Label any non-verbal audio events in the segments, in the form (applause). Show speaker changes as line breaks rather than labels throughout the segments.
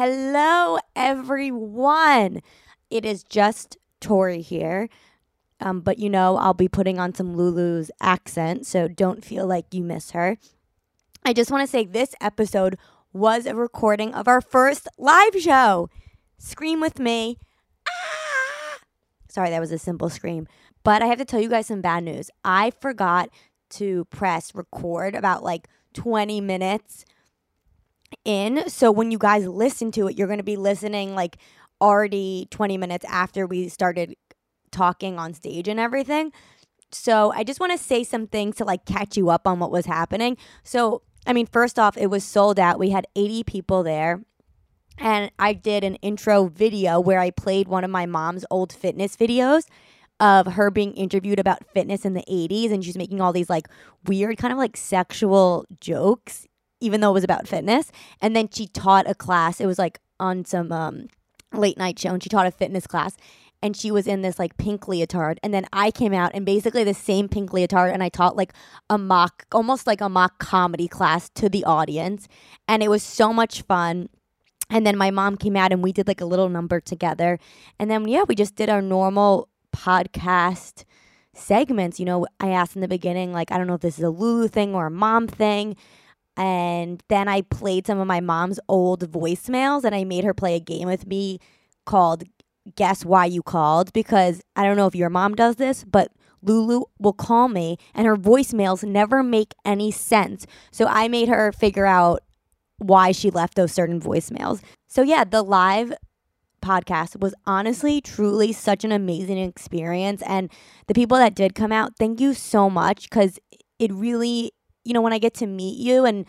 Hello, everyone. It is just Tori here. Um, but you know, I'll be putting on some Lulu's accent, so don't feel like you miss her. I just want to say this episode was a recording of our first live show. Scream with me. Ah! Sorry, that was a simple scream. But I have to tell you guys some bad news. I forgot to press record about like 20 minutes in. So when you guys listen to it, you're going to be listening like already 20 minutes after we started talking on stage and everything. So I just want to say some things to like catch you up on what was happening. So, I mean, first off, it was sold out. We had 80 people there. And I did an intro video where I played one of my mom's old fitness videos of her being interviewed about fitness in the 80s. And she's making all these like weird, kind of like sexual jokes, even though it was about fitness. And then she taught a class. It was like on some um, late night show, and she taught a fitness class and she was in this like pink leotard and then i came out and basically the same pink leotard and i taught like a mock almost like a mock comedy class to the audience and it was so much fun and then my mom came out and we did like a little number together and then yeah we just did our normal podcast segments you know i asked in the beginning like i don't know if this is a lulu thing or a mom thing and then i played some of my mom's old voicemails and i made her play a game with me called guess why you called because I don't know if your mom does this, but Lulu will call me and her voicemails never make any sense. So I made her figure out why she left those certain voicemails. So yeah, the live podcast was honestly truly such an amazing experience and the people that did come out, thank you so much cuz it really, you know, when I get to meet you and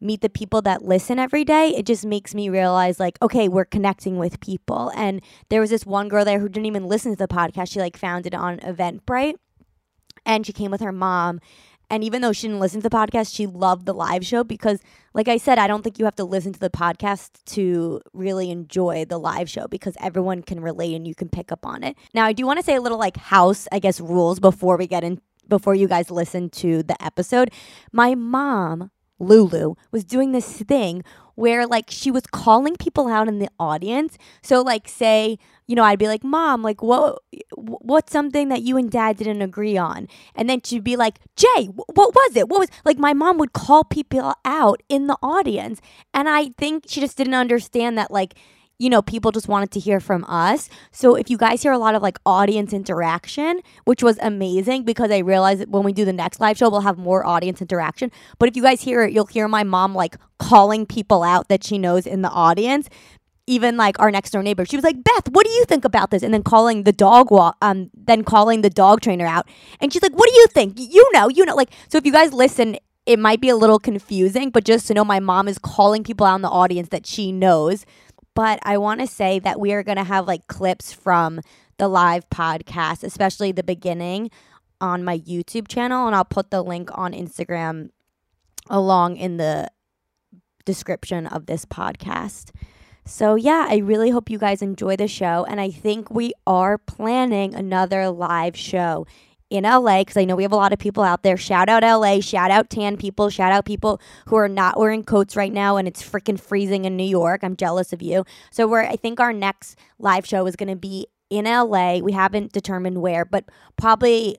meet the people that listen every day, it just makes me realize like, okay, we're connecting with people. And there was this one girl there who didn't even listen to the podcast. She like found it on Eventbrite and she came with her mom. And even though she didn't listen to the podcast, she loved the live show because, like I said, I don't think you have to listen to the podcast to really enjoy the live show because everyone can relate and you can pick up on it. Now, I do want to say a little like house, I guess, rules before we get in, before you guys listen to the episode. My mom Lulu was doing this thing where like she was calling people out in the audience. So like say, you know, I'd be like, "Mom, like what what's something that you and dad didn't agree on?" And then she'd be like, "Jay, wh- what was it? What was like my mom would call people out in the audience." And I think she just didn't understand that like you know, people just wanted to hear from us. So if you guys hear a lot of like audience interaction, which was amazing because I realized that when we do the next live show, we'll have more audience interaction. But if you guys hear it, you'll hear my mom like calling people out that she knows in the audience. Even like our next door neighbor, she was like, "Beth, what do you think about this?" And then calling the dog walk, um, then calling the dog trainer out, and she's like, "What do you think? You know, you know." Like, so if you guys listen, it might be a little confusing, but just to know, my mom is calling people out in the audience that she knows but I want to say that we are going to have like clips from the live podcast, especially the beginning on my YouTube channel. And I'll put the link on Instagram along in the description of this podcast. So, yeah, I really hope you guys enjoy the show. And I think we are planning another live show in LA because I know we have a lot of people out there. Shout out LA, shout out tan people, shout out people who are not wearing coats right now and it's freaking freezing in New York. I'm jealous of you. So we're I think our next live show is going to be in LA. We haven't determined where, but probably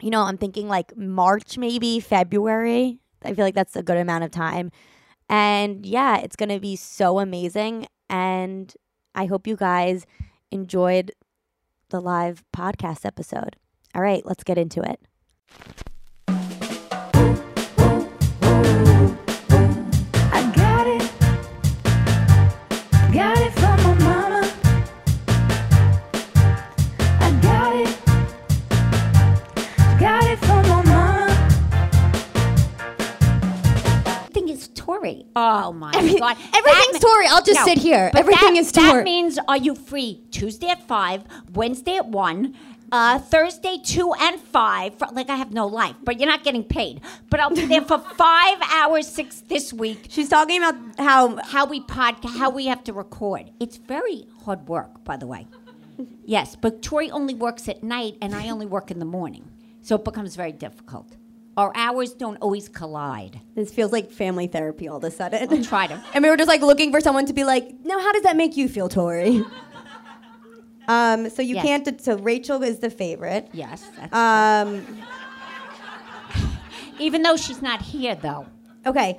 you know, I'm thinking like March maybe, February. I feel like that's a good amount of time. And yeah, it's going to be so amazing and I hope you guys enjoyed the live podcast episode. All right, let's get into it.
I got it. Got it from my mama. I got it. Got it from my mama.
Everything is Tory.
Oh my god! That
everything's
ma-
Tory. I'll just sit here.
but
Everything
that-
is Tory.
That means are you free Tuesday at five, Wednesday at one, uh, Thursday two and five? For- like I have no life, but you're not getting paid. But I'll
(laughs)
be there for five hours six this week.
She's talking about how
How we podcast? How we have to record? It's very hard work, by the way. Yes, but Tori only works at night, and I only work in the morning, so it becomes very difficult. our hours don't always collide.
This feels like family therapy all of a sudden.
Try to.
And we were just like looking for someone to be like, now how does that make you feel,
(laughs)
Tori? um, so you
Yes.
can't. de- so Rachel is the favorite.
Yes. That's,
Um,
even though she's not here, though.
okay.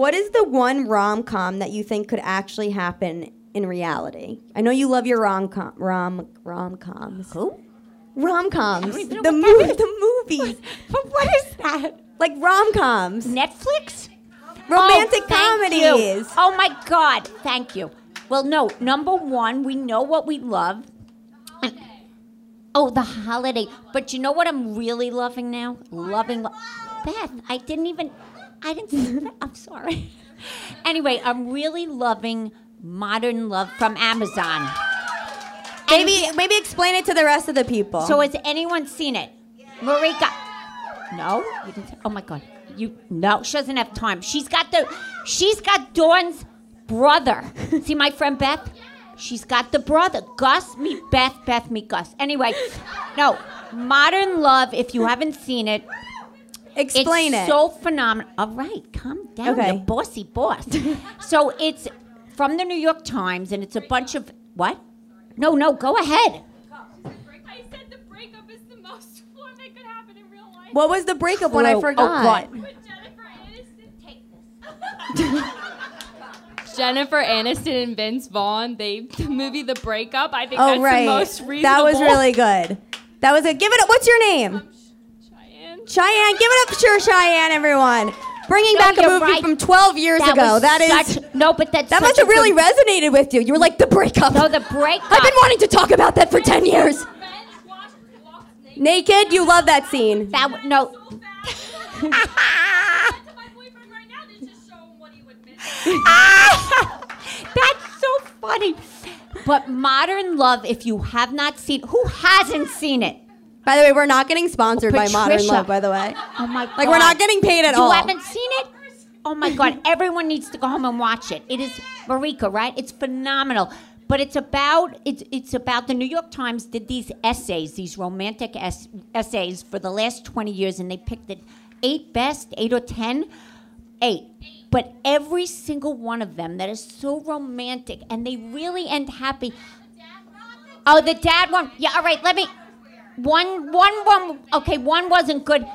What is the one rom com that you think could actually happen in reality? I know you love your rom com rom rom coms.
Who?
Rom coms.
even know
The
what
movie.
that
The movies.
(laughs) But what is that?
Like rom coms.
Netflix?
Romantic
Oh, thank you.
comedies.
Oh my God, thank you. Well, no, number one, we know what we love. And- Oh, the holiday. But you know what I'm really loving now? Loving Beth. I didn't even. I didn't. say that. I'm sorry. (laughs) Anyway, I'm really loving modern love from Amazon. And
Maybe maybe explain it to the rest of the people.
so has anyone seen it? Marika. No? You didn't, oh my god. You no, she doesn't have time. She's got the she's got Dawn's brother. (laughs) See my friend Beth? She's got the brother. Gus meet Beth, Beth meet Gus. Anyway, no. Modern love, if you haven't seen it,
explain
it's
it.
so phenomenal. All right, calm down,
Okay.
you bossy boss.
(laughs)
so it's from the New York Times, and it's a bunch of what? No, no, go ahead.
I said the breakup is the most one that could happen in real life.
what was the breakup one? I
True. Oh,
forgot.
God.
Would Jennifer Aniston take this? Jennifer Aniston and Vince Vaughn, they the movie The Breakup. I think
Oh
that's
right,
the most reasonable.
that was really good. That was a give it up. What's your name?
Cheyenne.
Cheyenne. Give it up, sure Cheyenne, everyone. Bringing
No,
back a
you're
movie
right.
from 12 years ago.
was
That is
such- no, but that's
that
such
must have
a good-
really resonated with you. You were like the breakup.
no the
(laughs)
breakup.
I've been wanting to talk about that for 10 years.
Friends watch walks naked
Naked, you love that scene.
that w-
(laughs)
no. (laughs)
so fast. I said to my boyfriend right now to just show him what he would miss.
Ah! that's so funny. But modern love, if you have not seen, who hasn't seen it?
By the way, we're not getting sponsored by Modern
Patricia.
Love. By the way,
Oh my god.
like we're not getting paid at
you
all.
haven't seen it? Oh my god, everyone needs to go home and watch it. It is Marika, right? It's phenomenal. But it's about it's it's about the New York Times did these essays, these romantic es- essays for the last 20 years and they picked the eight best, 8 or 10, 8. But every single one of them that is so romantic and they really end happy. Oh, the dad one. Yeah, all right, let me one one one okay, one wasn't good.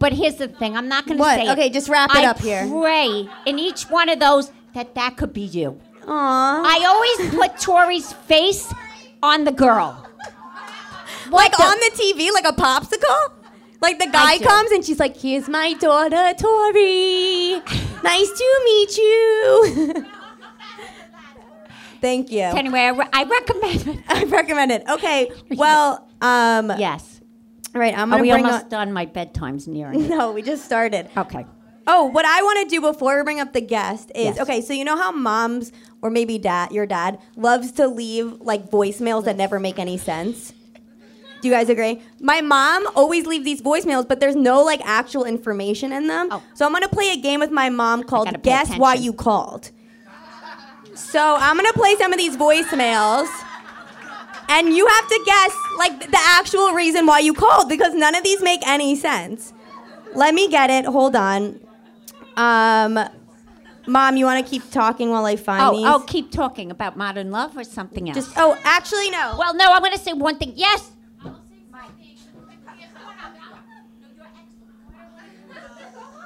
But here's the thing, I'm not going to
What?
say it.
Okay, just wrap it
I
up here.
Pray in each one of those that that could be you.
Aww.
I always put Tori's face on the girl.
like
the-
on the TV, like a popsicle. Like the guy
do.
comes and she's like, "Here's my daughter, Tori. Nice to meet you." Thank you.
Anyway, I, re- I recommend it.
(laughs) I recommend it. Okay. Well, um,
Yes.
all right. I'm
Are
gonna
we
bring
almost
up.
done? My
(laughs)
bedtime's nearing.
No, we just started.
okay.
Oh, what I want to do before we bring up the guest is
Yes.
okay. So you know how moms or maybe dad, your dad, loves to leave like voicemails that never make any sense. Do you guys agree? My mom always leave these voicemails, but there's no like actual information in them.
Oh.
So I'm gonna play a game with my mom
gotta
called
pay
Guess Why
attention.
You Called. So I'm gonna play some of these voicemails. And you have to guess like the actual reason why you called because none of these make any sense. Let me get it. Hold on. Um, mom, you want to keep talking while I find
Oh,
these?
oh, keep talking about modern love or something else.
Just oh, actually no.
well, no, I'm going to say one thing. Yes.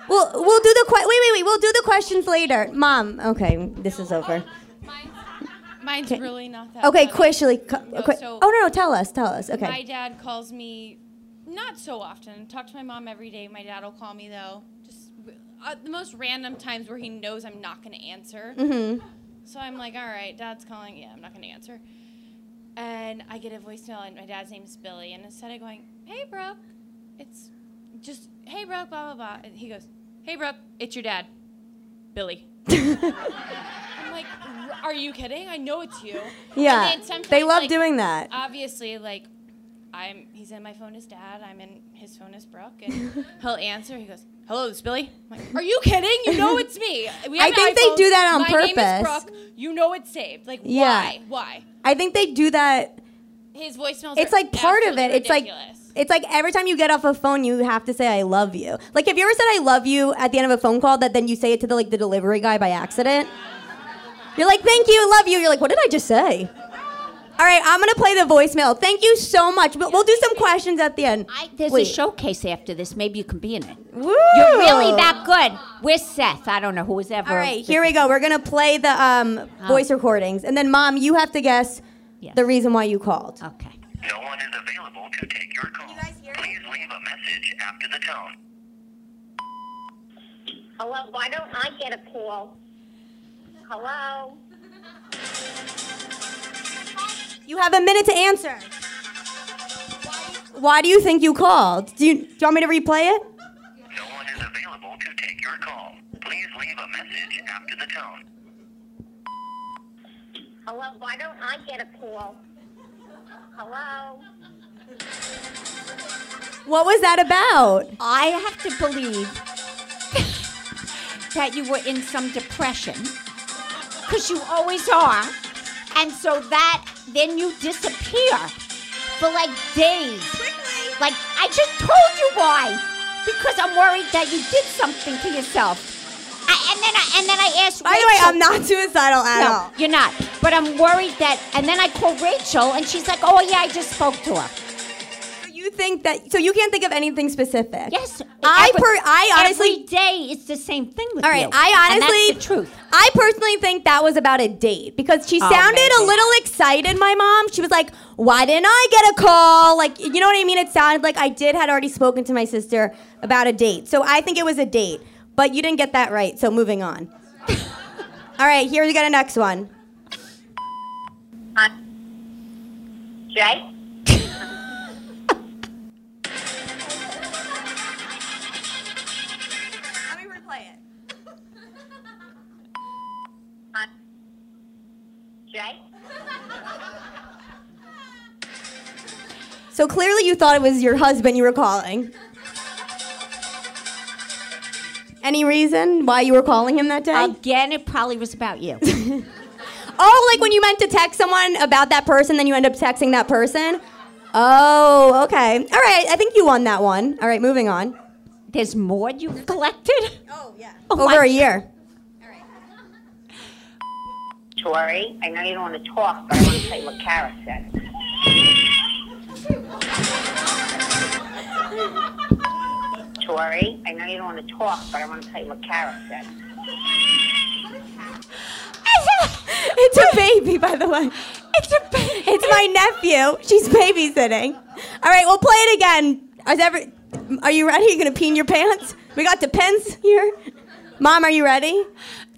We'll we'll do the que- wait wait wait. We'll do the questions later, mom. Okay, this is over.
Mine's, mine's really not that.
Okay,
funny.
quickly. cu- quick.
so-
Oh no no, tell us tell us.
My
Okay.
dad calls me not so often. Talk to my mom every day. My dad will call me though. Just uh, the most random times where he knows I'm not going to answer.
Mm-hmm.
So I'm like, all right, dad's calling. Yeah, I'm not going to answer. And I get a voicemail, and my dad's name is Billy. And instead of going, hey, Brooke, it's just, hey, Brooke, blah, blah, blah. And he goes, hey, Brooke, it's your dad,
(laughs)
Billy. I'm like, "R- are you kidding? I know it's you.
Yeah,
And then sometimes,
they love
like,
doing that.
obviously like I'm he's in my phone as dad, I'm in his phone as
(laughs)
Brooke, and he'll answer. He goes, Hello, this is Billy. I'm like, Are you kidding? You know it's
(laughs)
me. We
I
have
think they
iPhones.
do that on
my
purpose.
Name is Brooke. You know it's saved. Like
Yeah.
why? Why?
I think they do that
His voicemails.
It's
are
like part of it.
absolutely
It's like
ridiculous.
it's like every time you get off a phone, you have to say "I love you." Like, have you ever said "I love you" at the end of a phone call that then you say it to the like the delivery guy by accident? You're like, "Thank you, love you." You're like, "What did I just say?" All right, I'm gonna play the voicemail. Thank you so much. But we'll do some questions at the end.
I, there's
Wait.
a showcase after this. Maybe you can be in it.
Woo!
You're really that good. Where's Seth? I don't know who was ever.
All right, here we go. We're gonna play the um, voice recordings, and then Mom, you have to guess
Yes.
the reason why you called.
Okay.
No one is available to take your call.
guys hear
Please leave a message after the tone.
Hello, why don't I get a call? Hello?
You have a minute to answer. Why do you think you called? Do you, do you want me to replay it?
No one is available to take your call. Please leave a message after the tone.
Hello, why don't I get a call? Hello?
What was that about?
I have to believe (laughs) that you were in some depression because you always are. And so that, then you disappear for like days. Like, I just told you why. Because I'm worried that you did something to yourself. I, and then I, and then I asked
By the way,
Rachel-
I'm not suicidal at
no,
all.
you're not. But I'm worried that, and then I call Rachel and she's like, oh yeah, I just spoke to her.
So you think that? So you can't think of anything specific?
Yes,
I
every-
per, I honestly.
every day it's the same thing with
all
you.
right, I
and
honestly.
that's the truth.
I personally think that was about a date because she
Oh,
sounded a
maybe.
little excited. My mom, she was like, "Why didn't I get a call?" Like, you know what I mean? It sounded like I did had already spoken to my sister about a date, so I think it was a date. But you didn't get that right, so moving on. (laughs) all right, here we got a next one.
Hi. Jay?
Let me replay it.
Hi. Jay?
So clearly, you thought it was your husband you were calling. Any reason why you were calling him that day?
Again, it probably was about you.
oh, like when you meant to text someone about that person, then you end up texting that person? Oh, okay. All right, I think you won that one. All right, moving on.
There's more you've collected.
Oh, yeah.
my-
Over a year.
Tori, I know you don't want to talk, but I want to tell you what Kara said. Tori, I know you don't want to talk, but I want to tell you what Kara said.
It's a baby, by the way. It's a baby. It's my nephew. She's babysitting. All right, we'll play it again. Is every, are you ready? you going to pee in your pants? We got the pens here. Mom, are you ready?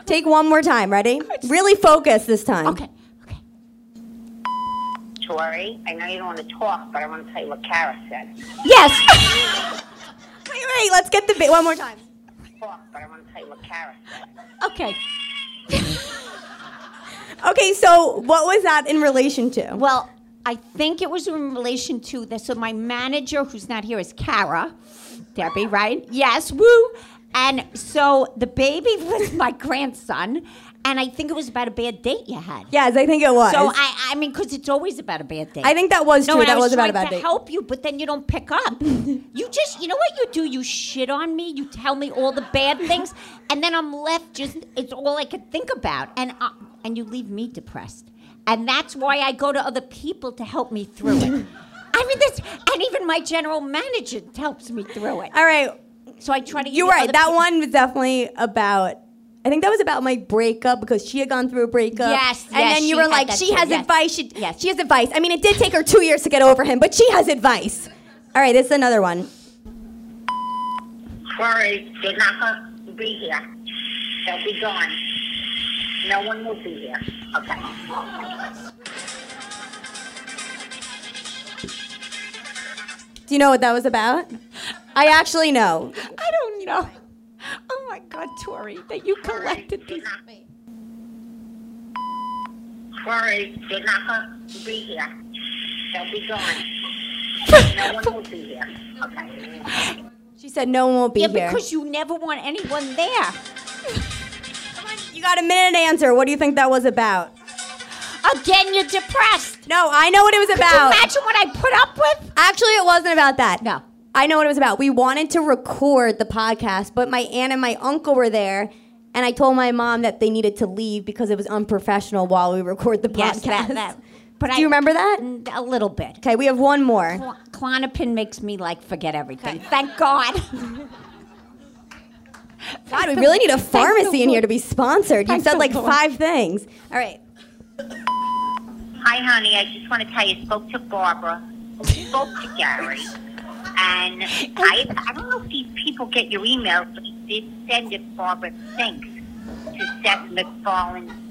Take one more time. Ready? Really focus this time.
Okay, okay.
Tori, I know you don't want to talk, but I want to tell you what Kara said.
Yes.
Wait, wait. Let's get the ba- one more time.
Talk, but I want to tell you what Kara said.
okay.
Okay, so what was that in relation to?
Well, I think it was in relation to this. So my manager, who's not here, is Kara, Debbie,
Ah.
right? Yes, woo. And so the baby (laughs) was my grandson, and I think it was about a bad date you had.
Yes, I think it was.
So I, I mean, because it's always about a bad date.
I think that was
No,
true.
and I
That was about a
trying
bad
to
date.
help you, but then you don't
(laughs)
pick up. you just, you know what you do? You shit on me. You tell me all the bad things, and then I'm left just. It's all I could think about, and I, and you leave me depressed. And that's why I go to other people to help me through
(laughs)
it. I mean, this, and even my general manager helps me through it.
All right,
So I try to.
you're
use
right.
other
That
people-
one was definitely about. I think that was about my breakup because she had gone through a breakup.
Yes,
and
yes,
then you
she
were
had
like,
that
she
too,
has
yes.
advice. She,
Yes.
she has advice. I mean, it did take her two years to get over him, but she has advice. All right, this is another one.
Sorry, they're not going to be here. They'll be gone. No one will be here. Okay.
Do you know what that was about? I actually know.
I don't know. Oh my God, Tori, that you collected these.
Sorry, they're not going to be here. They'll be gone. No one will be here. Okay.
She said no one will be
Yeah,
here.
because you never want anyone there.
you got a minute to answer. What do you think that was about?
Again, you're depressed.
No, I know what it was
Could you
about.
imagine what I put up with?
Actually, it wasn't about that.
No.
I know what it was about. We wanted to record the podcast, but my aunt and my uncle were there, and I told my mom that they needed to leave because it was unprofessional while we record the
Yes, that,
podcast.
that. But
Do you remember that?
A little bit.
Okay, we have one more.
Cl- Clonopin makes me like forget everything. Thank God.
God, we really need a pharmacy in here to be sponsored. You said like five things. All right.
Hi, honey. I just want to tell you, I spoke to Barbara, I spoke to Gary, and I, I don't know if these people get your emails, but he did send it, Barbara Sinks, to Seth McFarlane.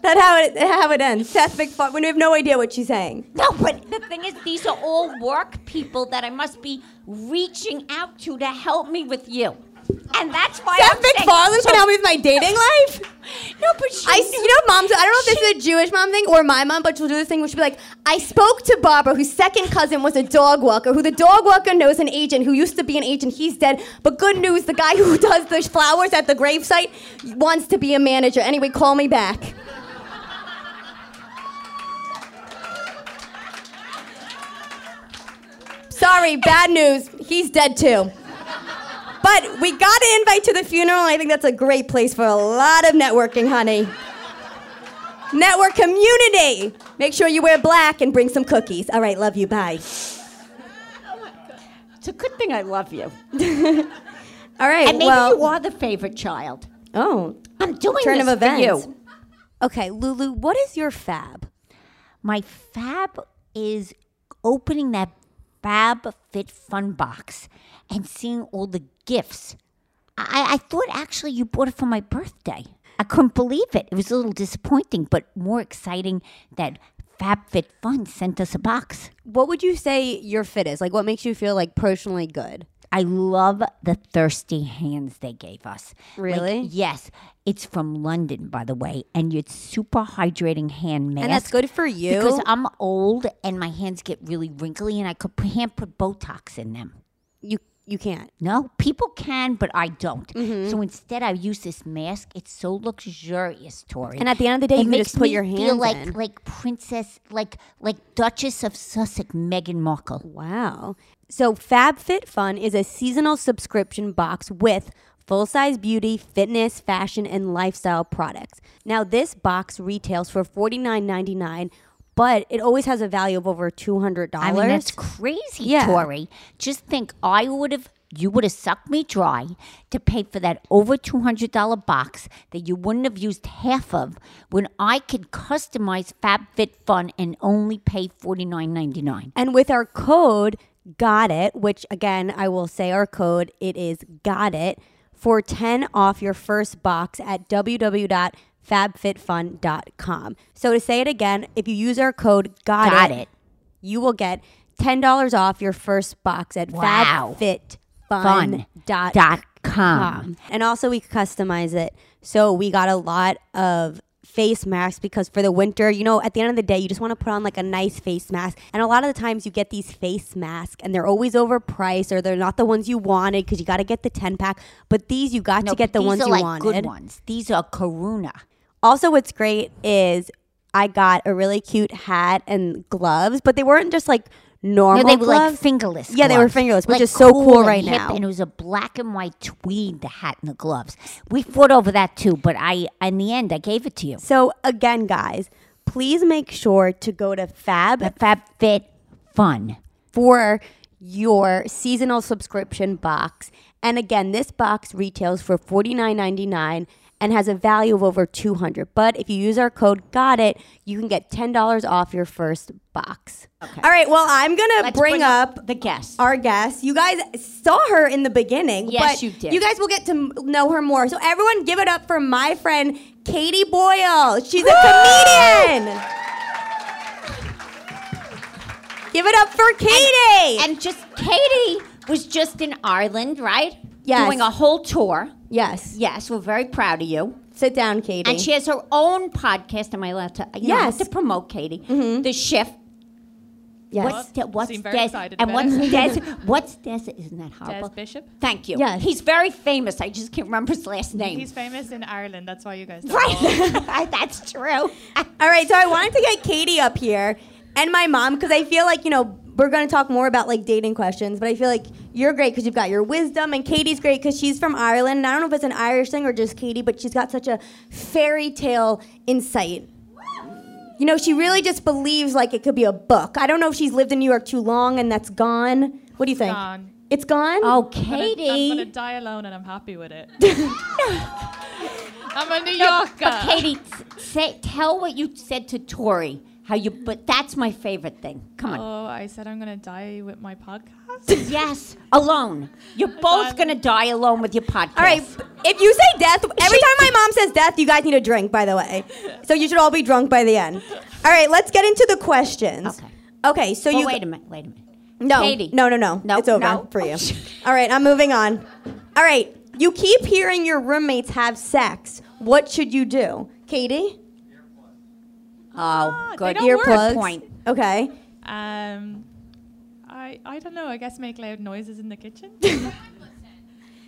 That's how it how it ends. Seth MacFarlane. We have no idea what she's saying.
No, but the thing is, these are all work people that I must be reaching out to to help me with you. And that's why
Seth
I'm saying-
McFarlane's gonna help me with my dating life.
No, but she
I,
knew-
you know, moms. I don't know if this is a Jewish mom thing or my mom, but she'll do this thing where she'll be like, "I spoke to Barbara, whose second cousin was a dog walker, who the dog walker knows an agent who used to be an agent. He's dead, but good news, the guy who (laughs) does the flowers at the gravesite wants to be a manager. Anyway, call me back." Sorry, bad news. He's dead too. But we got an invite to the funeral, and I think that's a great place for a lot of networking, honey. Network community. Make sure you wear black and bring some cookies. All right, love you. Bye.
it's a good thing I love you.
(laughs) All right.
And maybe
well,
you are the favorite child.
oh,
I'm doing
turn
this
of
for
events.
you.
Okay, Lulu, what is your fab?
My fab is opening that Fab Fit Fun box and seeing all the gifts. I, I thought actually you bought it for my birthday. I couldn't believe it. It was a little disappointing, but more exciting that FabFitFun sent us a box.
What would you say your fit is? Like, what makes you feel like personally good?
I love the thirsty hands they gave us. Like,
Really?
yes. It's from London, by the way, and it's super hydrating hand mask.
And that's good for you.
Because I'm old and my hands get really wrinkly, and I could, can't put Botox in them.
you you can't.
No, people can, but I don't.
Mm-hmm.
So instead, I use this mask. It's so luxurious, Tori.
And at the end of the day, you
it
can
makes
just put
me
your
feel
hands
like
in.
like princess, like like Duchess of Sussex, Meghan Markle.
Wow. So FabFitFun is a seasonal subscription box with full-size beauty, fitness, fashion, and lifestyle products. Now this box retails for $49.99, but it always has a value of over $200.
I mean, that's crazy,
Yeah.
Tori. Just think, I would have. You would have sucked me dry to pay for that over $200 box that you wouldn't have used half of when I could customize FabFitFun and only pay $49.99.
And with our code got it, which again I will say our code it is got it for 10 off your first box at www.fabfitfun.com. So to say it again, if you use our code got,
Got it.
you will get $10 off your first box at
Wow. Fun.
fabfitfun.com.
Dot com.
And also, we could customize it. So we got a lot of face masks because for the winter, you know, at the end of the day, you just want to put on like a nice face mask. And a lot of the times you get these face masks and they're always overpriced or they're not the ones you wanted because you got to get the 10 pack. But these, you got
No,
to get the
these
ones
are
you
like
wanted.
Good ones. These are Karuna.
Also, what's great is I got a really cute hat and gloves, but they weren't just like normal
No, they were
gloves.
like fingerless.
Yeah, they were
gloves.
fingerless, which
Like
is so cool
and
right
hip,
now.
And it was a black and white tweed, the hat and the gloves. We fought over that too, but I, in the end, I gave it to you.
So again, guys, please make sure to go to Fab
The Fab Fit Fun.
for your seasonal subscription box. And again, this box retails for $49.99 and has a value of over 200. But if you use our code GOT IT, you can get $10 off your first box.
All right. Well, I'm gonna bring, up,
the guest.
our guest. You guys saw her in the beginning.
Yes,
but
you did.
You guys will get to m- know her more. So everyone, give it up for my friend Katie Boyle. She's a comedian. Give it up for Katie.
And just Katie was just in Ireland, right?
Yes.
Doing a whole tour.
yes.
Yes, we're very proud of you.
Sit down, Katie.
And she has her own podcast. Am I allowed to? You know, I have
Yes.
to promote Katie. The Shift.
Yes.
What's De- what's
Seem very
Des-
excited
and
about
what's
it.
Des?
(laughs)
What's Des? Isn't that horrible?
Des Bishop.
Thank you.
Yes.
He's very famous. I just can't remember his last name.
(laughs) He's famous in Ireland. That's why you guys. don't
(laughs)
right. (laughs)
know.
That's true.
All right, so I wanted to get Katie up here and my mom because I feel like you know we're going to talk more about like dating questions, but I feel like you're great because you've got your wisdom, and Katie's great because she's from Ireland. And I don't know if it's an Irish thing or just Katie, but she's got such a fairy tale insight. You know, she really just believes like it could be a book. I don't know if she's lived in New York too long and that's gone. What do you think?
gone.
It's gone.
Oh,
I'm gonna- I'm gonna
Katie.
die alone, and I'm happy with
(laughs)
it. I'm a New
But
Yorker.
Katie, t- say, tell what you said to Tori. How you? But that's my favorite thing. Come on.
Oh, I said I'm gonna die with my podcast.
yes, alone. You're both gonna die alone with your podcast.
All right. If you say death, every time my mom says death, you guys need a drink, by the way. So you should all be drunk by the end. All right, let's get into the questions.
Okay.
Okay, so
Well,
you.
wait a minute. Wait a minute.
No,
Katie.
no, no, no,
No,
It's over
no. Oh,
for you. all right, I'm moving on. All right, you keep hearing your roommates have sex. What should you do? Katie?
Oh, good.
Ah, don't
Your
work.
point.
Okay.
um, I I don't know. I guess make loud noises in the kitchen.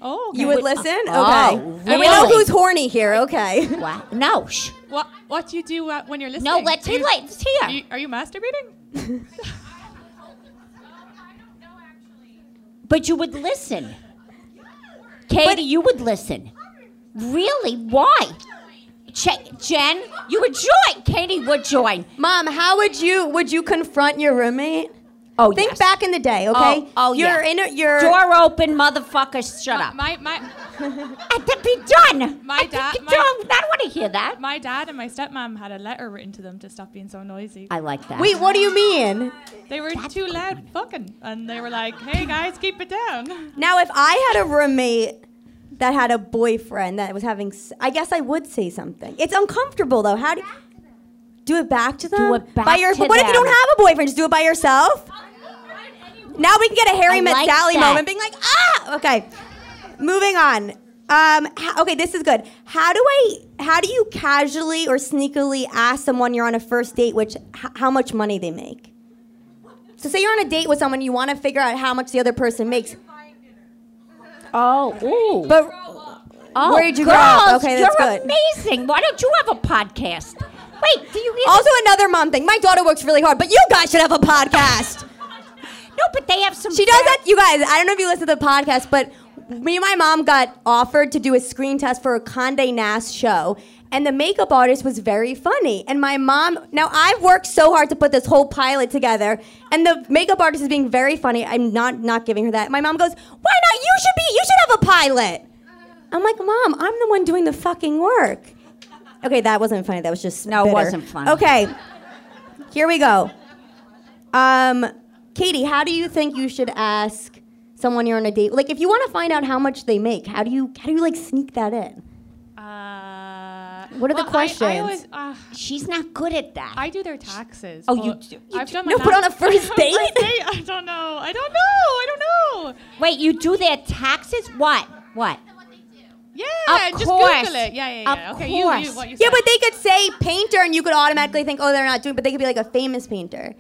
oh, okay.
You would listen? Okay.
Oh,
We know
really?
who's horny here,
(laughs)
okay.
What? No. Shh.
What what do you do uh, when you're listening?
No. Let's
Do you-
hear. Let's hear.
do you- are you masturbating?
But you would listen. Katie, you would listen. Really? Why? Che- Jen, you would join. Katie would join.
Mom, how would you would you confront your roommate?
Oh,
Think
yes.
back in the day, okay?
Oh, oh,
you're
yeah.
in a, you're
Door open, motherfucker. Shut up.
My my
And then be done.
My
I think
dad-
you
my-
don't. I don't want to hear that.
my dad and my stepmom had a letter written to them to stop being so noisy.
I like that.
Wait, what do you mean?
They were too loud fucking, and they were like, "Hey guys, keep it down."
Now, if I had a roommate that had a boyfriend that was having, s- I guess I would say something. It's uncomfortable though. How do do it back to them?
it back
by your,
to
but What if you
them.
don't have a boyfriend? Just do it by yourself. Now we can get a Harry
I
Met
like
Sally
that.
moment, being like, ah, okay. Moving on. Um, ho- okay, this is good. How do I? How do you casually or sneakily ask someone you're on a first date, which h- how much money they make? So say you're on a date with someone, you want to figure out how much the other person makes.
Oh, ooh.
But
oh,
where'd you grow
girls,
up? Okay, that's
you're
good.
amazing. Why don't you have a podcast? Wait, do you hear?
also another mom thing. My daughter works really hard, but you guys should have a podcast.
no, but they have some.
She does
very-
that. You guys, I don't know if you listen to the podcast, but me and my mom got offered to do a screen test for a Condé Nast show, and the makeup artist was very funny. And my mom, now I've worked so hard to put this whole pilot together, and the makeup artist is being very funny. I'm not not giving her that. My mom goes, "Why not? You should be. You should have a pilot." I'm like, "Mom, I'm the one doing the fucking work." Okay, that wasn't funny. That was just
No, it
bitter.
wasn't funny.
Okay, here we go. Um, Katie, how do you think you should ask someone you're on a date? Like, if you want to find out how much they make, how do you how do you like sneak that in?
Uh,
What are the
well, I- I,
questions?
always, uh,
She's not good at that.
I do their taxes.
Oh, you
but
do- you
I've
do-
done my
No, (laughs) but on a
last-
first date.
First (laughs) date? I don't know. I don't know. I don't know.
Wait, you do their taxes? What? What?
Yeah,
Of
just
course.
Google it. Yeah, yeah, yeah.
Of
okay, you,
course.
you, what you
Yeah,
said.
but they could say painter, and you could automatically think, oh, they're not doing. But they could be like a famous painter.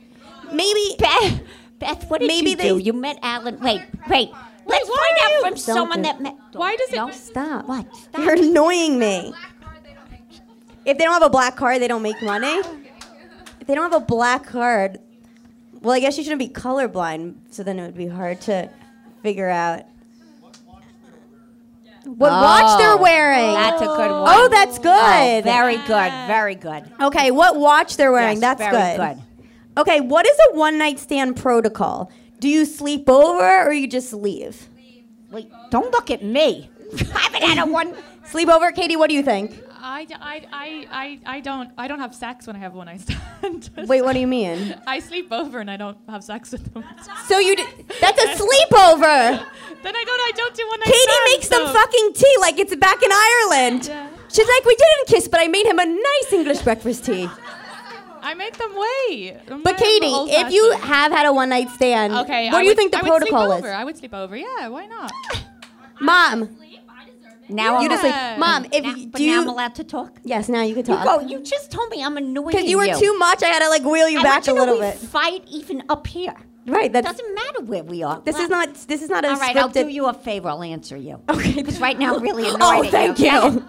Maybe
Beth, Beth, what did
Maybe
you
they-
do? You met Alan. Wait, wait. Let's
why
find
are
out
you-
from
Don't
someone
do-
that met.
Why does it-
No.
stop.
What? Stop.
You're annoying me. If they don't have a black card, they don't make money. If they don't have a black card, well, I guess you shouldn't be colorblind, so then it would be hard to figure out what watch they're wearing.
That's a good one.
Oh, that's good.
Oh, very good.
Ah.
Very good.
okay, what watch they're wearing. that's
Yes, very
good. Okay, what is a one night stand protocol? Do you sleep over or you just leave?
Wait, don't look at me. I haven't had a one.
Sleep over, Katie, what do you think?
I, I, I, I, I don't I don't have sex when I have one night stand. (laughs)
Wait, what do you mean?
I sleep over and I don't have sex with them.
So you d- that's a sleepover.
then I don't I don't do one night
Katie
stands,
makes them
so-
fucking tea like it's back in Ireland.
Yeah.
She's like, we didn't kiss, but I made him a nice English breakfast tea.
(laughs) I made them wait. I'm
But
very
Katie, if you
old-fashioned.
have had a one night stand,
okay,
what
I
do you
would-
think the
I would sleep
protocol
over.
is?
I would sleep over. Yeah, why not?
Mom,
Now I'm
You just like,
Yeah.
mom, if
now,
you-
but
do
now
you?
I'm allowed to talk.
Yes, now you can talk.
Oh, you just told me I'm annoying
Because you were too much, I had to like wheel you
I
back
want
a
you to
little
know we
bit.
Fight even up here.
Right.
It
That's
doesn't matter where we are.
this is
Well,
not this is not a
All right,
scripted.
I'll do you a favor. I'll answer you. (laughs)
Okay.
Because right now I'm really annoyed.
(laughs) oh,
at
thank
you. I
you.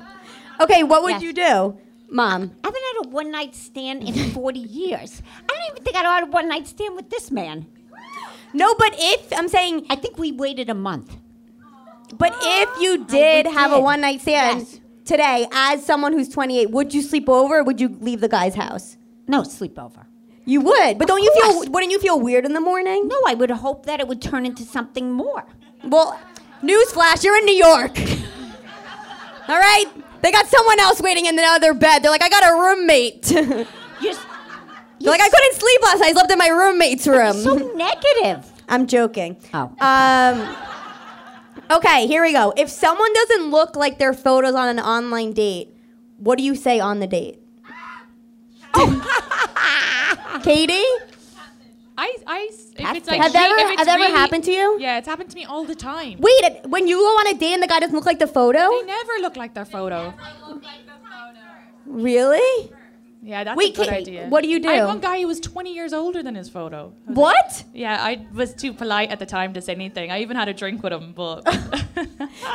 okay, what would
Yes.
you do, mom?
haven't had a one night stand in 40 years. I don't even think I had a one night stand with this man.
No, but if I'm saying,
I think we waited a month.
(gasps) but if you did
we
have a
did.
one night stand
Yes.
today, as someone who's 28, would you sleep over? or Would you leave the guy's house?
No sleepover.
You would, but don't you
course.
feel? Wouldn't you feel weird in the morning?
No, I would hope that it would turn into something more.
Well, newsflash, you're in New York. (laughs) All right? They got someone else waiting in another bed. They're like, I got a roommate. (laughs) They're
You're s-
like, I couldn't sleep last night. I slept in my roommate's room. (laughs)
(laughs) so negative.
I'm joking.
Oh.
Um, okay, here we go. If someone doesn't look like their photos on an online date, what do you say on the date? Oh. (laughs) Katie?
I, I, s- if it's like
Have that
re-
ever-
if it's
have that ever
really-
happened to you?
Yeah, it's happened to me all the time.
Wait, it- when you go on a date and the guy doesn't look like the
They
photo?
never look like their photo.
Really?
Yeah, that's
Wait,
a good
Kate,
idea.
what do you
I
do?
had one guy who was 20 years older than his photo. I was like-
What?
yeah, I was too polite at the time to say anything. I even had a drink with him, but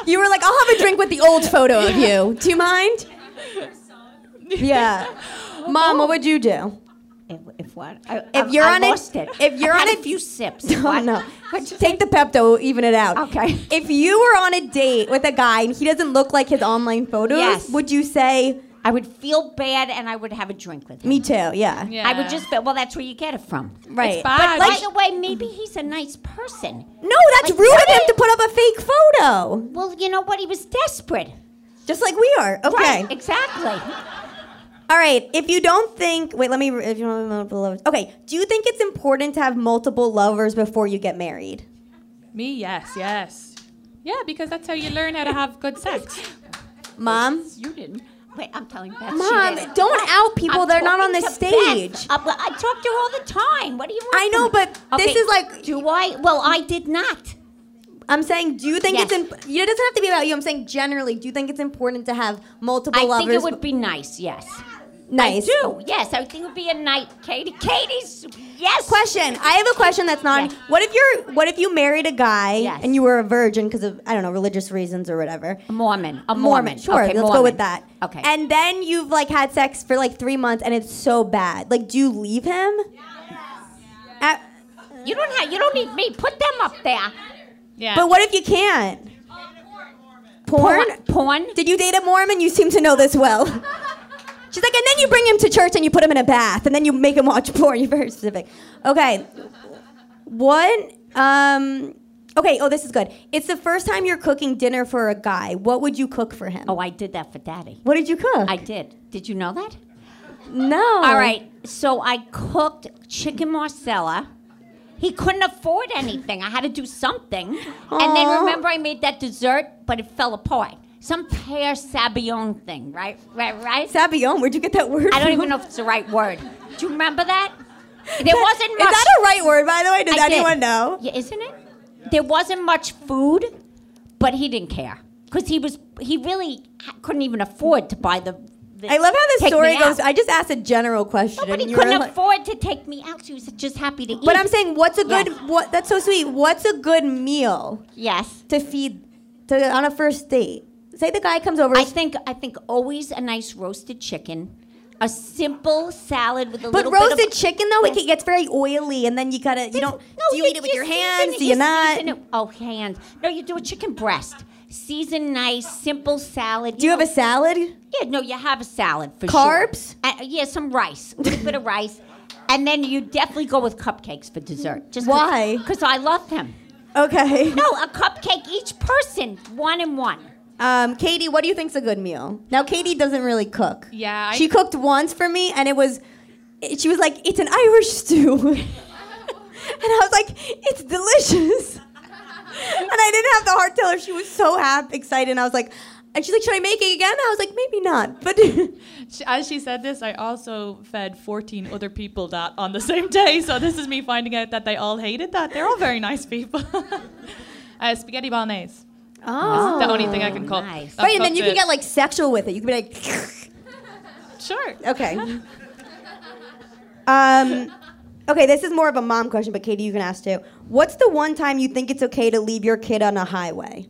You were like, I'll have a drink with the old photo of you. Do you
(laughs)
mind? Yeah. Mom, what would you do?
If, if what? I,
If
I-
you're
I
on a-
lost it.
if you're
I've
on
had
a-
a few sips.
Oh
(laughs)
(laughs)
What?
no. Take the Pepto, even it out.
Okay.
If you were on a date with a guy and he doesn't look like his online photos,
Yes.
would you say,
I would feel bad, and I would have a drink with him.
Me too, yeah.
yeah. Ah,
I would just feel. Well, that's where you get it from.
Ah, Right.
bad.
But
Like-
by the way, maybe he's a nice person.
No, that's
Like,
rude
what?
of him to put up a fake photo.
Well, you know what? He was desperate.
Just like we are. Okay.
Right. Exactly.
All right. If you don't think, wait, let me. If you don't have multiple lovers, okay. Do you think it's important to have multiple lovers before you get married?
me, yes, yes, yeah, because that's how you learn how to have good sex.
Mom,
You didn't. Wait, I'm telling Beth. she
Mom,
didn't.
don't out people.
I'm
They're not on
talking
the
to
stage.
Beth. Uh, well, I talk to her all the time. What do you want?
I know,
from me?
but this is like-
Do I? Well, I did not.
I'm saying, do you think it's
Yes.
imp- it doesn't have to be about you. I'm saying generally, do you think it's important to have multiple
I
lovers?
think it would be nice. Yes.
nice.
I do. Yes, I think it would be a night, Katie. Katie's. Yes.
Question. I have a question that's not.
Yes.
What if you're? What if you married a guy
Yes.
and you were a virgin because of I don't know religious reasons or whatever?
A Mormon. A Mormon.
Mormon. Sure,
Okay,
let's go
Mormon.
with that.
Okay.
And then you've like had sex for like three months, and it's so bad. Like, do you leave him? Uh,
you don't have. You don't need me. Put them up there.
Yeah,
but what if you can't? Porn?
Porn. Porn.
Did you date a Mormon? You seem to know this well. She's like, and then you bring him to church and you put him in a bath, and then you make him watch (laughs) porn. You're very specific. Okay. What? Um. Okay. Oh, this is good. It's the first time you're cooking dinner for a guy. What would you cook for him?
Oh, I did that for Daddy.
What did you cook?
I did. Did you know that?
no.
All right. So I cooked chicken marcella. He couldn't afford anything. I had to do something. And then
Aw.
remember, I made that dessert, but it fell apart. Some pear sabion thing, right? Right, right?
Sabion, where'd you get that word?
I don't
from?
even know if it's the right word. Do you remember that? There wasn't
Is
much.
that a right word, by the way? Does
I did.
anyone know?
Yeah, isn't it? There wasn't much food, but he didn't care because he was he really ha- couldn't even afford to buy the. the
I love how this
take me
story
out.
goes. I just asked a general question.
No, but
and
he
you were
couldn't
like-
afford to take me out. She was just happy to eat.
But I'm saying, what's a good?
Yes.
What that's so sweet. What's a good meal
yes.
to feed to on a first date? Say the guy comes over.
I think I think always a nice roasted chicken, a simple salad with a
but
little bit of-
roasted chicken though, it gets very oily, and then you gotta you don't. do you, eat it with your
just
hands?
season it,
do you, not?
season it- Oh, hands. No, you do a chicken breast. Season nice, simple salad.
Do you have a salad?
Yeah, no, you have a salad for
Carbs?
sure. Carbs? Uh, yeah, some rice, a little bit of rice. And then you definitely go with cupcakes for dessert. Just
Why?
Because I love them. (laughs)
Okay.
No, a cupcake each person, one and one.
Um, Katie, what do you think's a good meal? Now, Katie doesn't really cook.
Yeah, I-
she cooked once for me, and it was, it, she was like, "It's an Irish stew," (laughs) and I was like, "It's delicious," and I didn't have the heart to tell her. She was so happy, excited, and I was like, and she's like, "Should I make it again?" I was like, "Maybe not," but (laughs)
She- as she said this, I also fed 14 other people that on the same day. So this is me (laughs) finding out that they all hated that. They're all very nice people. uh, spaghetti bolognese.
Oh.
the only thing I can call.
nice.
I've
Right, and then
cooked
you can
it.
get like sexual with it. You can be like,
sure.
okay. um, okay, this is more of a mom question, but Katie, you can ask too. What's the one time you think it's okay to leave your kid on a highway?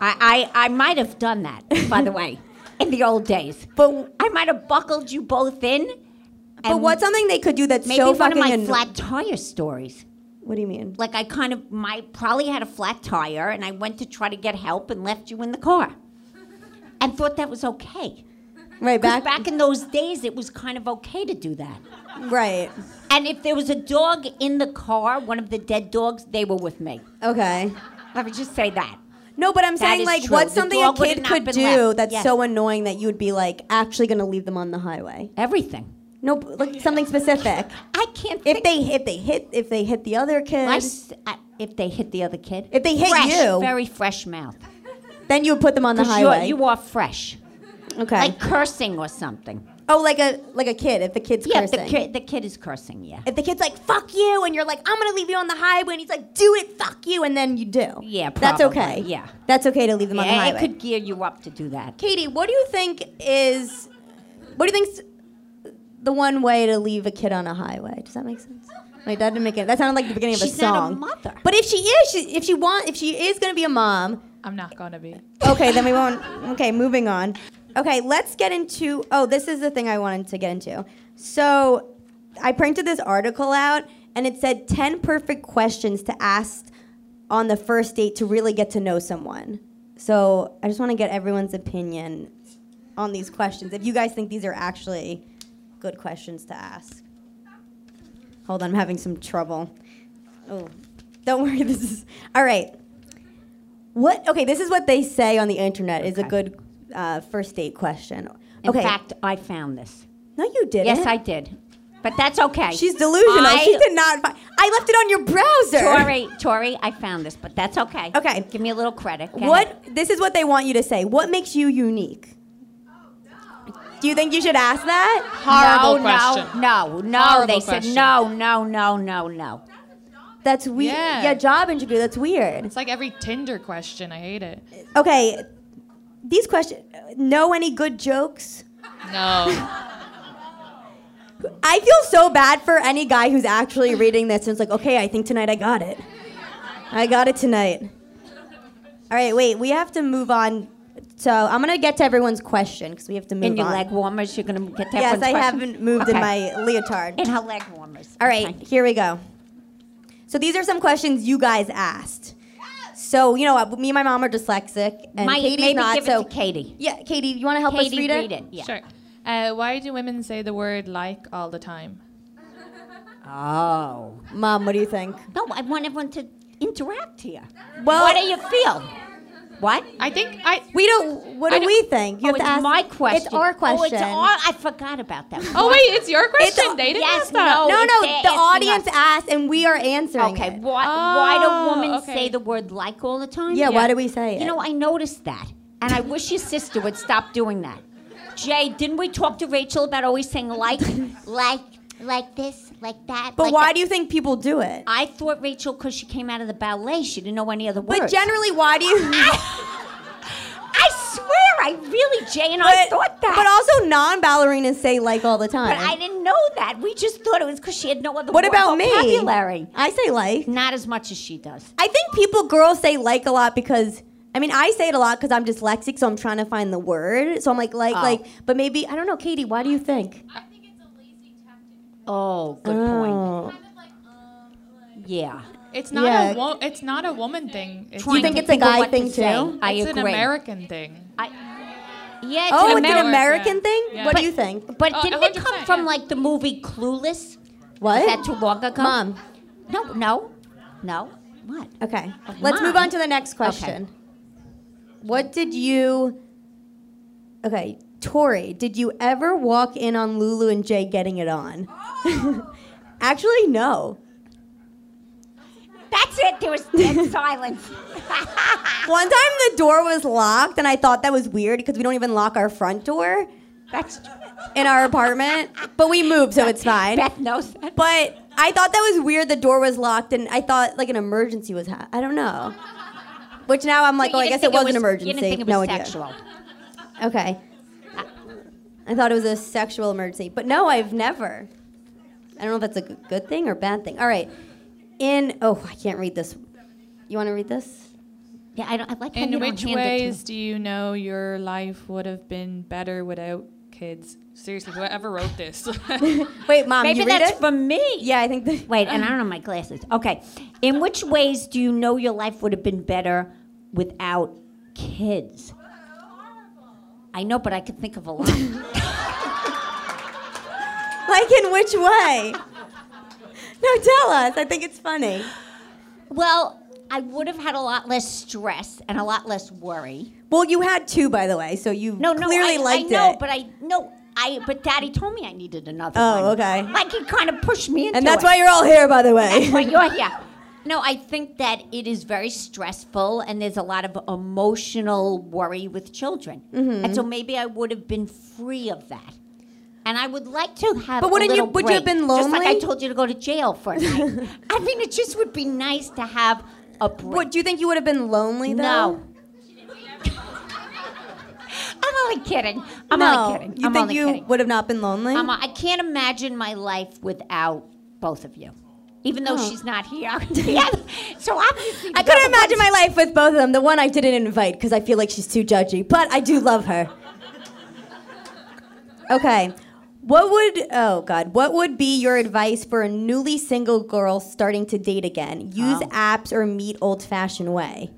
I, I, I might have done that, by
(laughs)
the way, in the old days.
But
I might have buckled you both in.
but
and
what's something they could do that's
maybe
so
one of
fucking
my
anno-
flat tire stories?
What do you mean?
Like I kind of my probably had a flat tire, and I went to try to get help and left you in the car, and thought that was okay.
Right
'Cause
back.
back in those days, it was kind of okay to do that.
Right.
And if there was a dog in the car, one of the dead dogs, they were with me.
Okay.
Let me just say that.
No, but I'm
That
saying
is
like
true.
what's
The
something a
dog would
kid
have not
could
been
do
left.
that's
Yes.
so annoying that you would be like actually going to leave them on the highway.
Everything.
No, but, like something specific.
I can't.
If
think-
they hit, they hit. If they hit the other kid,
I s- I- if they hit the other kid,
If they hit
Fresh,
you.
very fresh mouth.
then you would put them on the
'Cause you're-
highway.
You are fresh,
okay.
like cursing or something.
oh, like a like a kid. If the kid's
Yeah,
cursing.
the kid, the kid is cursing. Yeah,
If the kid's like "fuck you" and you're like "I'm gonna leave you on the highway," and he's like "do it, fuck you," and then you do.
Yeah,
that's
probably,
okay.
yeah.
that's okay to leave them on the
yeah
highway.
it could gear you up to do that.
Katie, what do you think is what do you think's the one way to leave a kid on a highway? Does that make sense? Like that didn't make it. That sounded like the beginning of a
She's not a
song.
mother.
But if she is, she, if she want, if she is going to be a mom,
I'm not gonna be.
okay, then we won't. Okay, moving on. Okay, let's get into. Oh, this is the thing I wanted to get into. So, I printed this article out, and it said ten perfect questions to ask on the first date to really get to know someone. So, I just want to get everyone's opinion on these questions. If you guys think these are actually good questions to ask. Hold on, I'm having some trouble. Oh, don't (laughs) worry. This is all right. What? Okay, this is what they say on the internet is a
Okay.
good uh, first date question.
In
okay.
fact, I found this.
no, you didn't.
Yes, I did, but that's okay.
She's delusional.
I-
she did not. Find, I left it on your browser.
Tori, Tori, I found this, but that's okay.
Okay.
give me a little credit. Go ahead.
What? This is what they want you to say. What makes you unique? Do you think you should ask that?
Horrible
no,
question.
No, no, no.
Horrible
they said
question.
no, no, no, no, no.
That's weird.
Yeah.
yeah, job interview. That's weird.
It's like every Tinder question. I hate it.
Okay, these questions. Know any good jokes?
No.
I feel so bad for any guy who's actually reading this and it's like, okay, I think tonight I got it. I got it tonight. All right, wait, we have to move on. So I'm gonna get to everyone's question because we have to move
In your
on.
leg warmers, you're gonna get that.
yes,
one's
I
question?
haven't moved in
Okay.
my leotard.
in her leg warmers.
All right,
Okay.
here we go. So these are some questions you guys asked. So you know, what, me and my mom are dyslexic, and
Might-
Katie's
maybe
not.
give
so
it to Katie.
yeah, Katie, you want to help
Katie,
us read,
read
it?
it. Yeah.
Sure. Uh, why do women say the word like all the time?
Oh.
Mom, what do you think?
No, I want everyone to interact here.
Well-
what do you feel? What?
I think I.
We don't. What
I
do
don't-
we think? You
oh,
have to
it's
ask-
my question.
It's our question.
Oh, it's our. I forgot about that.
Oh wait, it's your question.
a-
they didn't
(laughs) yes,
ask that.
no.
no,
it's
no.
they're
The
asking
audience
us.
asked, and we are answering.
Okay.
it.
Why? why
Oh,
do women
okay.
say the word like all the time?
Yeah, Why do we say it?
You know, I noticed that, and I wish your sister would stop doing that. Jay, didn't we talk to Rachel about always saying
(laughs)
like, like, like this, like that?
but
like
why
that?
do you think people do it?
I thought Rachel, because she came out of the ballet, she didn't know any other words.
But generally, why do you?
(laughs) I swear, I really, Jay and I thought that.
But also, non-ballerinas say like all the time.
But I didn't know that. We just thought it was because she had no other
what
word-
about me?
vocabulary.
I say like.
Not as much as she does.
I think people, girls, say like a lot because. I mean, I say it a lot because I'm dyslexic, so I'm trying to find the word. So I'm like, like,
Oh.
like, but maybe I don't know, Katie. Why do you think?
Oh, good
Oh.
point. Yeah.
It's not
Yeah.
a wo- it's not a woman thing. It's,
Trying
think
to
it's a
think of
guy
what to
thing,
say.
too?
I
it's
agree.
an American thing.
Yeah, it's
Oh,
an
it's an
Ameri-
American
yeah.
thing.
Yeah.
What
But-
do you think?
But
Oh,
didn't it
100%,
come from
yeah.
like the movie Clueless?
What?
Is that too long ago?
Mom.
No, no, no. What?
Okay.
Oh,
Let's
mom.
move on to the next question. What did you Okay, Tori, did you ever walk in on Lulu and Jay getting it on? (laughs) Actually, no.
That's it. There was
(laughs)
dead silence.
One time the door was locked and I thought that was weird because we don't even lock our front door
That's true.
in our apartment, but we moved so it's fine.
Beth knows that.
But I thought that was weird the door was locked and I thought like an emergency was ha- I don't know. Which now I'm like,
You
oh, I
didn't
guess it
think
was, an
you
emergency.
didn't think it was
no idea.
sexual.
Okay. I thought it was a sexual emergency, but no, I've never. I don't know if that's a g- good thing or bad thing. All right. In oh, I can't read this. You want to read this?
Yeah, I don't. I like how you
In
don't
which
hand it to
ways
me.
do you know your life would have been better without kids? Seriously, whoever wrote this.
Wait, mom,
Maybe
you read
that's
it?
for me.
yeah, I think. The,
Wait, and
Um,
I don't know my glasses. Okay. In which ways do you know your life would have been better without kids? I know, but I could think of a lot.
like in which way? (laughs) No, tell us. I think it's funny.
well, I would have had a lot less stress and a lot less worry.
Well, you had two, by the way, so you
No, no,
clearly
I,
liked
I know,
it.
but I no, I but Daddy told me I needed another one.
Oh, okay.
Like he kind of pushed me into
and that's
it.
why you're all here, by the way.
That's why you're here. No, I think that it is very stressful and there's a lot of emotional worry with children.
Mm-hmm.
And so maybe I would have been free of that. And I would like to have
But
a
wouldn't you-
little
would you have
break,
been
Just like I
lonely?
told you to go to jail for
(laughs)
a night. I mean, it just would be nice to have a break.
What, (laughs) do you think you would have been lonely though?
no. (laughs) I'm only kidding. I'm
no.
only kidding.
You
I'm
think
only
you
kidding.
would have not been lonely?
I'm, I can't imagine my life without both of you. Even though she's not here.
(laughs)
yeah. So obviously.
I couldn't imagine my life with both of them. The one I didn't invite because I feel like she's too judgy, but I do love her. Okay. What would, oh God, what would be your advice for a newly single girl starting to date again? Use
Oh.
apps or meet old fashioned way?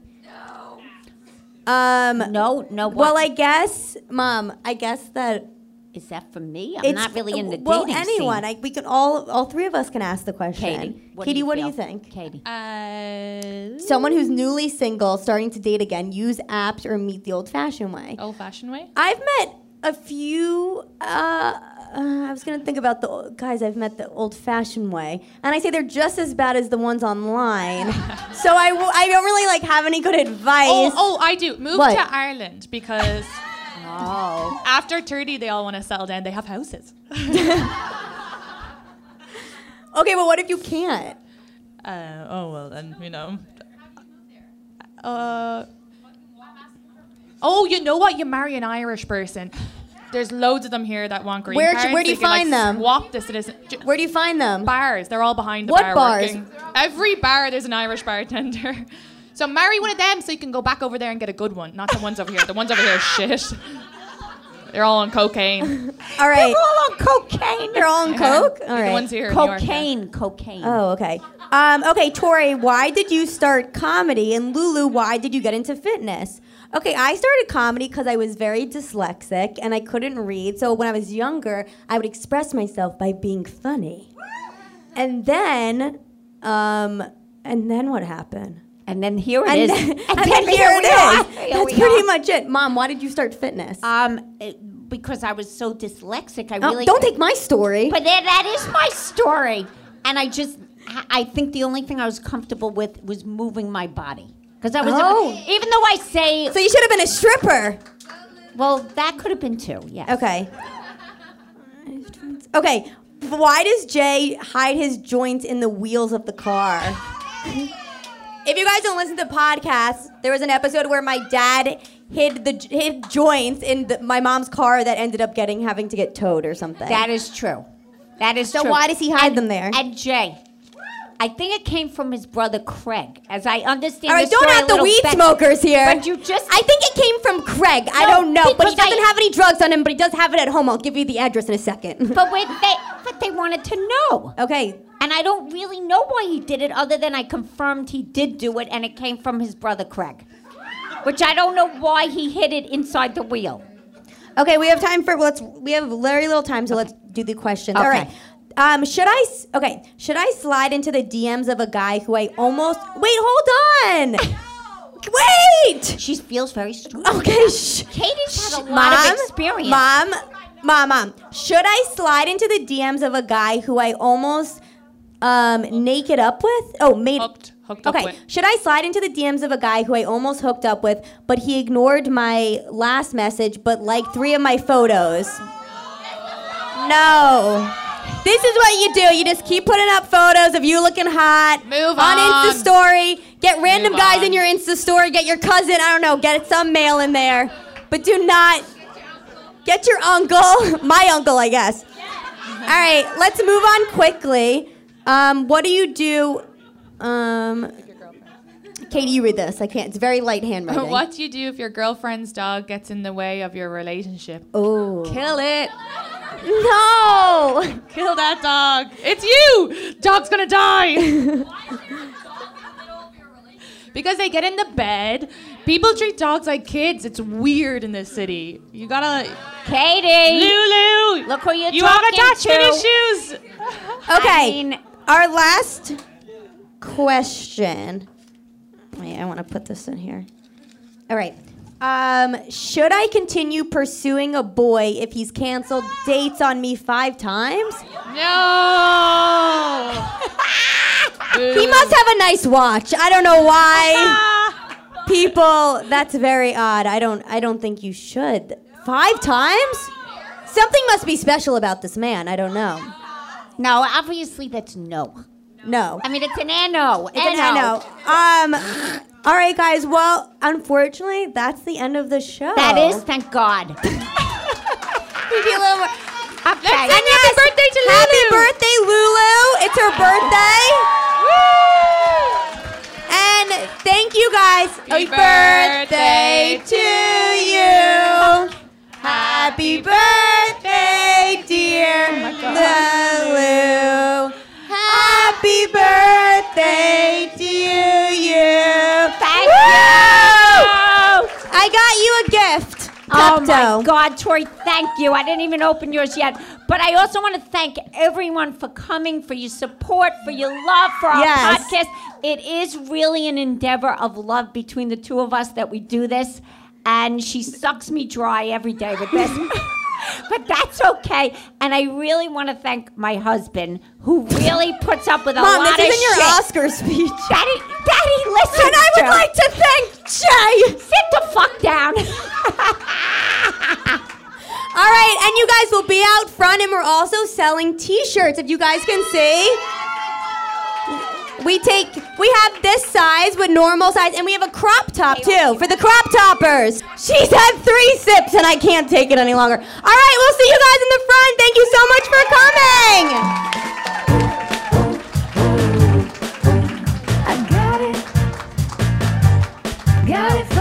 Um,
No, no. What?
well, I guess, Mom, I guess that
Is that for me? I'm not really into dating.
Well, anyone.
Scene.
I, we can all, all three of us can ask the question.
Katie, what
Katie,
do you
what
feel?
do you think?
Katie.
uh,
Someone who's newly single, starting to date again, use apps or meet the old-fashioned way.
old fashioned way?
I've met a few. Uh, uh, I was gonna think about the o- guys I've met the old-fashioned way, and I say they're just as bad as the ones
(laughs)
online. so I, w- I don't really like have any good advice.
Oh, oh, I do. Move
What?
to Ireland because
Oh.
after 30, they all want to settle down. They have houses. (laughs)
Okay, but what if you can't?
Uh, oh, well, then, you know. Uh, oh, you know what? You marry an Irish person. There's loads of them here that want green
Where-
cards.
where do
They
you
can, like,
find them?
Swap the citizen. j-
Where do you find them?
bars. They're all behind the
What
bar.
bars?
working. Every bar there's an Irish bartender. (laughs) So marry one of them so you can go back over there and get a good one. Not the ones over here. The ones over here are shit. (laughs) They're all on cocaine.
All right,
They're all on cocaine.
they're all on coke. All
The
right.
ones here. in New York, yeah.
cocaine. Cocaine.
Oh, okay. Um, okay, Tori, why did you start comedy? And Lulu, why did you get into fitness? Okay, I started comedy because I was very dyslexic and I couldn't read. So when I was younger, I would express myself by being funny. And then, um, and then what happened?
And then here it
And
(laughs) is.
then, (laughs) and then here, it
we
is.
are. Here
That's
we are.
pretty much it. Mom, why did you start fitness?
Um, it- because I was so dyslexic, I
Oh,
really
don't take my story.
But that, that is my story. And I just, I think the only thing I was comfortable with was moving my body. Because I was,
Oh.
even though I say,
so you should have been a stripper.
well, that could have been two, yeah.
Okay. Okay. Why does Jay hide his joints in the wheels of the car? if you guys don't listen to podcasts, there was an episode where my dad hid the hid joints in the, my mom's car that ended up getting having to get towed or something.
That is true. That is
so
true.
why does he hide them there?
And Jay, I think it came from his brother Craig, as I understand.
All right,
the
don't
story
have
a
the
little
weed
better.
smokers here.
But you just,
I think it came from Craig. I
No,
don't know, but he
because I-
doesn't have any drugs on him, but he does have it at home. I'll give you the address in a second. (laughs)
but wait, they, but they wanted to know.
okay,
And I don't really know why he did it, other than I confirmed he did do it, and it came from his brother Craig, which I don't know why he hid it inside the wheel.
Okay, we have time for let's. We have very little time, so let's do the questions. All
Okay.
right. Um, should I? s- Okay. Should I slide into the DMs of a guy who I almost? Wait,
(laughs)
hold on. Wait.
She feels very strong.
Okay. Shh.
Katie's had a lot
Mom,
of experience.
mom, mom, mom. Should I slide into the DMs of a guy who I almost um, naked up with? Oh, made
Hooked- hooked up
okay.
with.
Should I slide into the DMs of a guy who I almost hooked up with, but he ignored my last message, but liked three of my photos? No. This is what you do. You just keep putting up photos of you looking hot
Move
on
on.
Insta story. Get random
Move
guys
on.
in your Insta story. Get your cousin. I don't know. Get some male in there, but do not get your uncle. (laughs) My uncle, I guess. All right, let's move on quickly. Um, what do you do? Um, Katie, you read this. I can't. It's very light handwriting.
(laughs) What do you do if your girlfriend's dog gets in the way of your relationship?
Oh.
Kill it.
No.
Kill that dog. It's you. Dog's
(laughs)
gonna die. because they get in the bed. People treat dogs like kids. It's weird in this city. You gotta.
Katie,
Lulu!
Look who you're
You have
talking
attachment
to.
issues!
Okay.
mean-
our last question. Wait, I want to put this in here. All right. Um, should I continue pursuing a boy if he's canceled dates on me five times?
Oh.
No!
He must have a nice watch. I don't know why. People, that's very odd. I don't I don't think you should. Five times? Something must be special about this man. I don't know.
No, obviously that's no.
No.
I mean, it's an ano.
It's an I know. Um, all right, guys. Well, unfortunately, that's the end of the show.
That is, thank God.
Maybe a little more.
Okay.
And yes,
birthday to
Happy
Lulu.
birthday, Lulu! It's her birthday. And thank you guys.
Happy birthday
to you. Happy birthday, dear Lulu. Happy birthday to you.
Thank
Woo! I got you a gift.
Oh my
Pepto.
God, Tori, thank you. I didn't even open yours yet. But I also want to thank everyone for coming, for your support, for your love, for our
Yes.
podcast. It is really an endeavor of love between the two of us that we do this. And she sucks me dry every day with
(laughs)
this. but that's okay. And I really want to thank my husband, who really puts up with a
Mom,
lot
this
of
isn't your
shit.
Oscar speech.
Daddy, Daddy, listen.
And I would
to-
like to thank Jay.
sit the fuck down.
All right, and you guys will be out front, and we're also selling T-shirts. If you guys can see, we take we have this size with normal size, and we have a crop top too for the crop toppers. She's had three sips, and I can't take it any longer. All right, we'll see you guys in the front. Thank you so much for coming.
I got it. Got it from